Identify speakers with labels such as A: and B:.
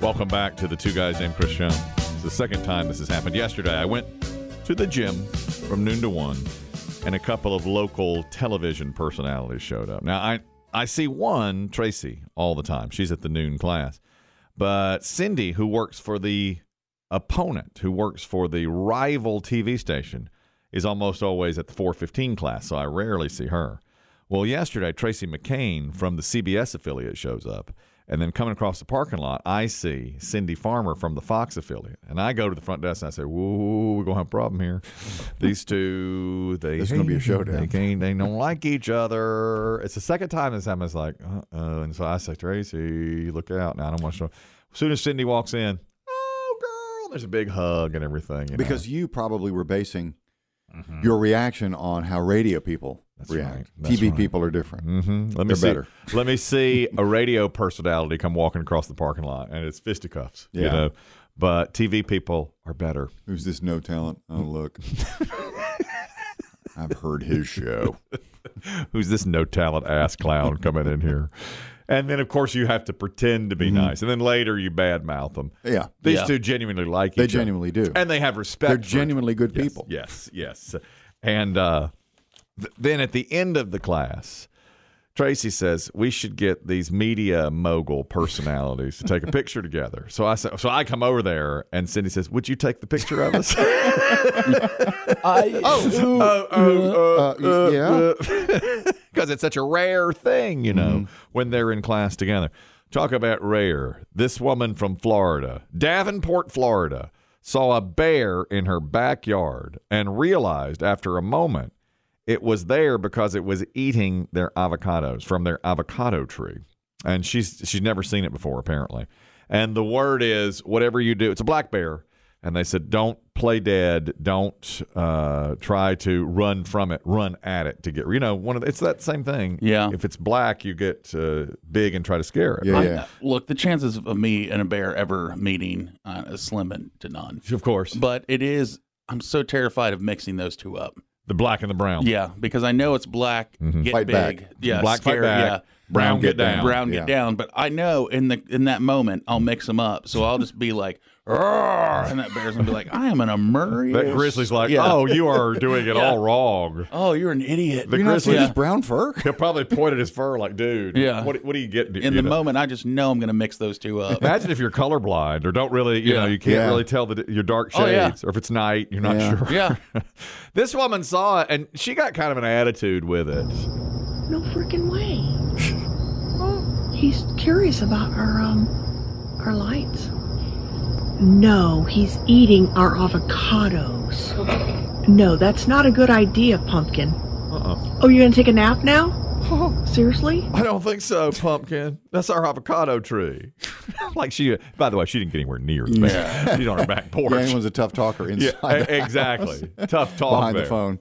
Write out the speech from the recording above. A: Welcome back to the two guys named Chris Young. It's the second time this has happened. Yesterday, I went to the gym from noon to one, and a couple of local television personalities showed up. Now, I I see one Tracy all the time. She's at the noon class, but Cindy, who works for the opponent, who works for the rival TV station, is almost always at the 4:15 class, so I rarely see her. Well, yesterday, Tracy McCain from the CBS affiliate shows up. And then coming across the parking lot, I see Cindy Farmer from the Fox affiliate. And I go to the front desk and I say, Whoa, we're going to have a problem here. These two, they.
B: There's gonna be a showdown.
A: They, can't- they don't like each other. It's the second time this happened. It's like, uh oh. And so I say, Tracy, look out. Now I don't want to show. As soon as Cindy walks in, oh, girl, there's a big hug and everything. you know.
B: Because you probably were basing your reaction on how radio people
A: Mm-hmm. That's
B: react.
A: right. That's
B: TV
A: right.
B: people are different.
A: hmm Let me
B: They're
A: see.
B: better.
A: Let me see a radio personality come walking across the parking lot, and it's fisticuffs. You
B: Yeah.
A: know, but TV people are better.
B: Who's this no talent? Oh, look. I've heard his show.
A: Who's this no talent ass clown coming in here? And then, of course, you have to pretend to be nice, and then later you badmouth them.
B: Mm-hmm. Yeah.
A: These two genuinely like
B: They
A: each other,
B: genuinely do.
A: and they have respect.
B: They're
A: for each other.
B: genuinely good people.
A: Yes, yes. And uh, th- then at the end of the class, Tracy says we should get these media mogul personalities to take a picture together. So I sa- so I come over there, and Cindy says, "Would you take the picture of us?"
C: I,
B: Uh,
C: oh,
B: y- yeah.
A: because it's such a rare thing, you know,
C: Mm-hmm.
A: when they're in class together. Talk about rare. This woman from Florida, Davenport, Florida, saw a bear in her backyard and realized after a moment it was there because it was eating their avocados from their avocado tree. And she's she's never seen it before apparently. And the word is whatever you do, it's a black bear. And they said, don't play dead. Don't uh, try to run from it. Run at it to get you know one of the, it's that same thing.
C: Yeah.
A: If it's black, you get uh, big and try to scare it.
B: Yeah,
A: right?
B: yeah.
C: look, the chances of me and a bear ever meeting uh, is slim and to none.
A: Of course,
C: But it is. I'm so terrified of mixing those two up.
A: the black and the brown.
C: Yeah, because I know it's black get
B: Fight
C: big.
B: back.
C: Yeah,
A: Mm-hmm. Black fight
C: scary,
A: back,
C: Yeah.
A: brown get down.
C: Brown get
B: Yeah.
C: down. But I know in the in that moment I'll mix them up. So I'll just be like, "Roar," and that bear's gonna be like, I am an Amuri.
A: That grizzly's like,
C: Yeah.
A: oh, you are doing it
C: Yeah.
A: all wrong.
C: Oh, you're an idiot.
A: The
B: You're not seeing
A: grizzly
B: this brown fur?
A: He'll probably point at his fur like, dude,
C: Yeah.
A: what, what are you getting?
C: in
A: you
C: the
A: know?
C: moment, I just know I'm gonna mix those two up.
A: Imagine if you're colorblind or don't really, you
C: Yeah.
A: know, you can't
B: Yeah.
A: really tell the, your dark shades
C: Oh, yeah.
A: or if it's night, you're not
B: Yeah.
A: sure.
C: yeah.
A: this woman saw it and she got kind of an attitude with it.
D: No freaking way. oh, he's curious about our um our lights. No, he's eating our avocados. No, that's not a good idea, pumpkin.
A: Uh-uh.
D: Oh, you're gonna take a nap now? Seriously?
A: I don't think so, pumpkin. That's our avocado tree. like she, by the way, she didn't get anywhere near the back. She's on her back
B: Yeah,
A: porch.
B: anyone's a tough talker
A: Yeah,
B: inside.
A: e- exactly. Tough talk
B: Behind the
A: there.
B: phone.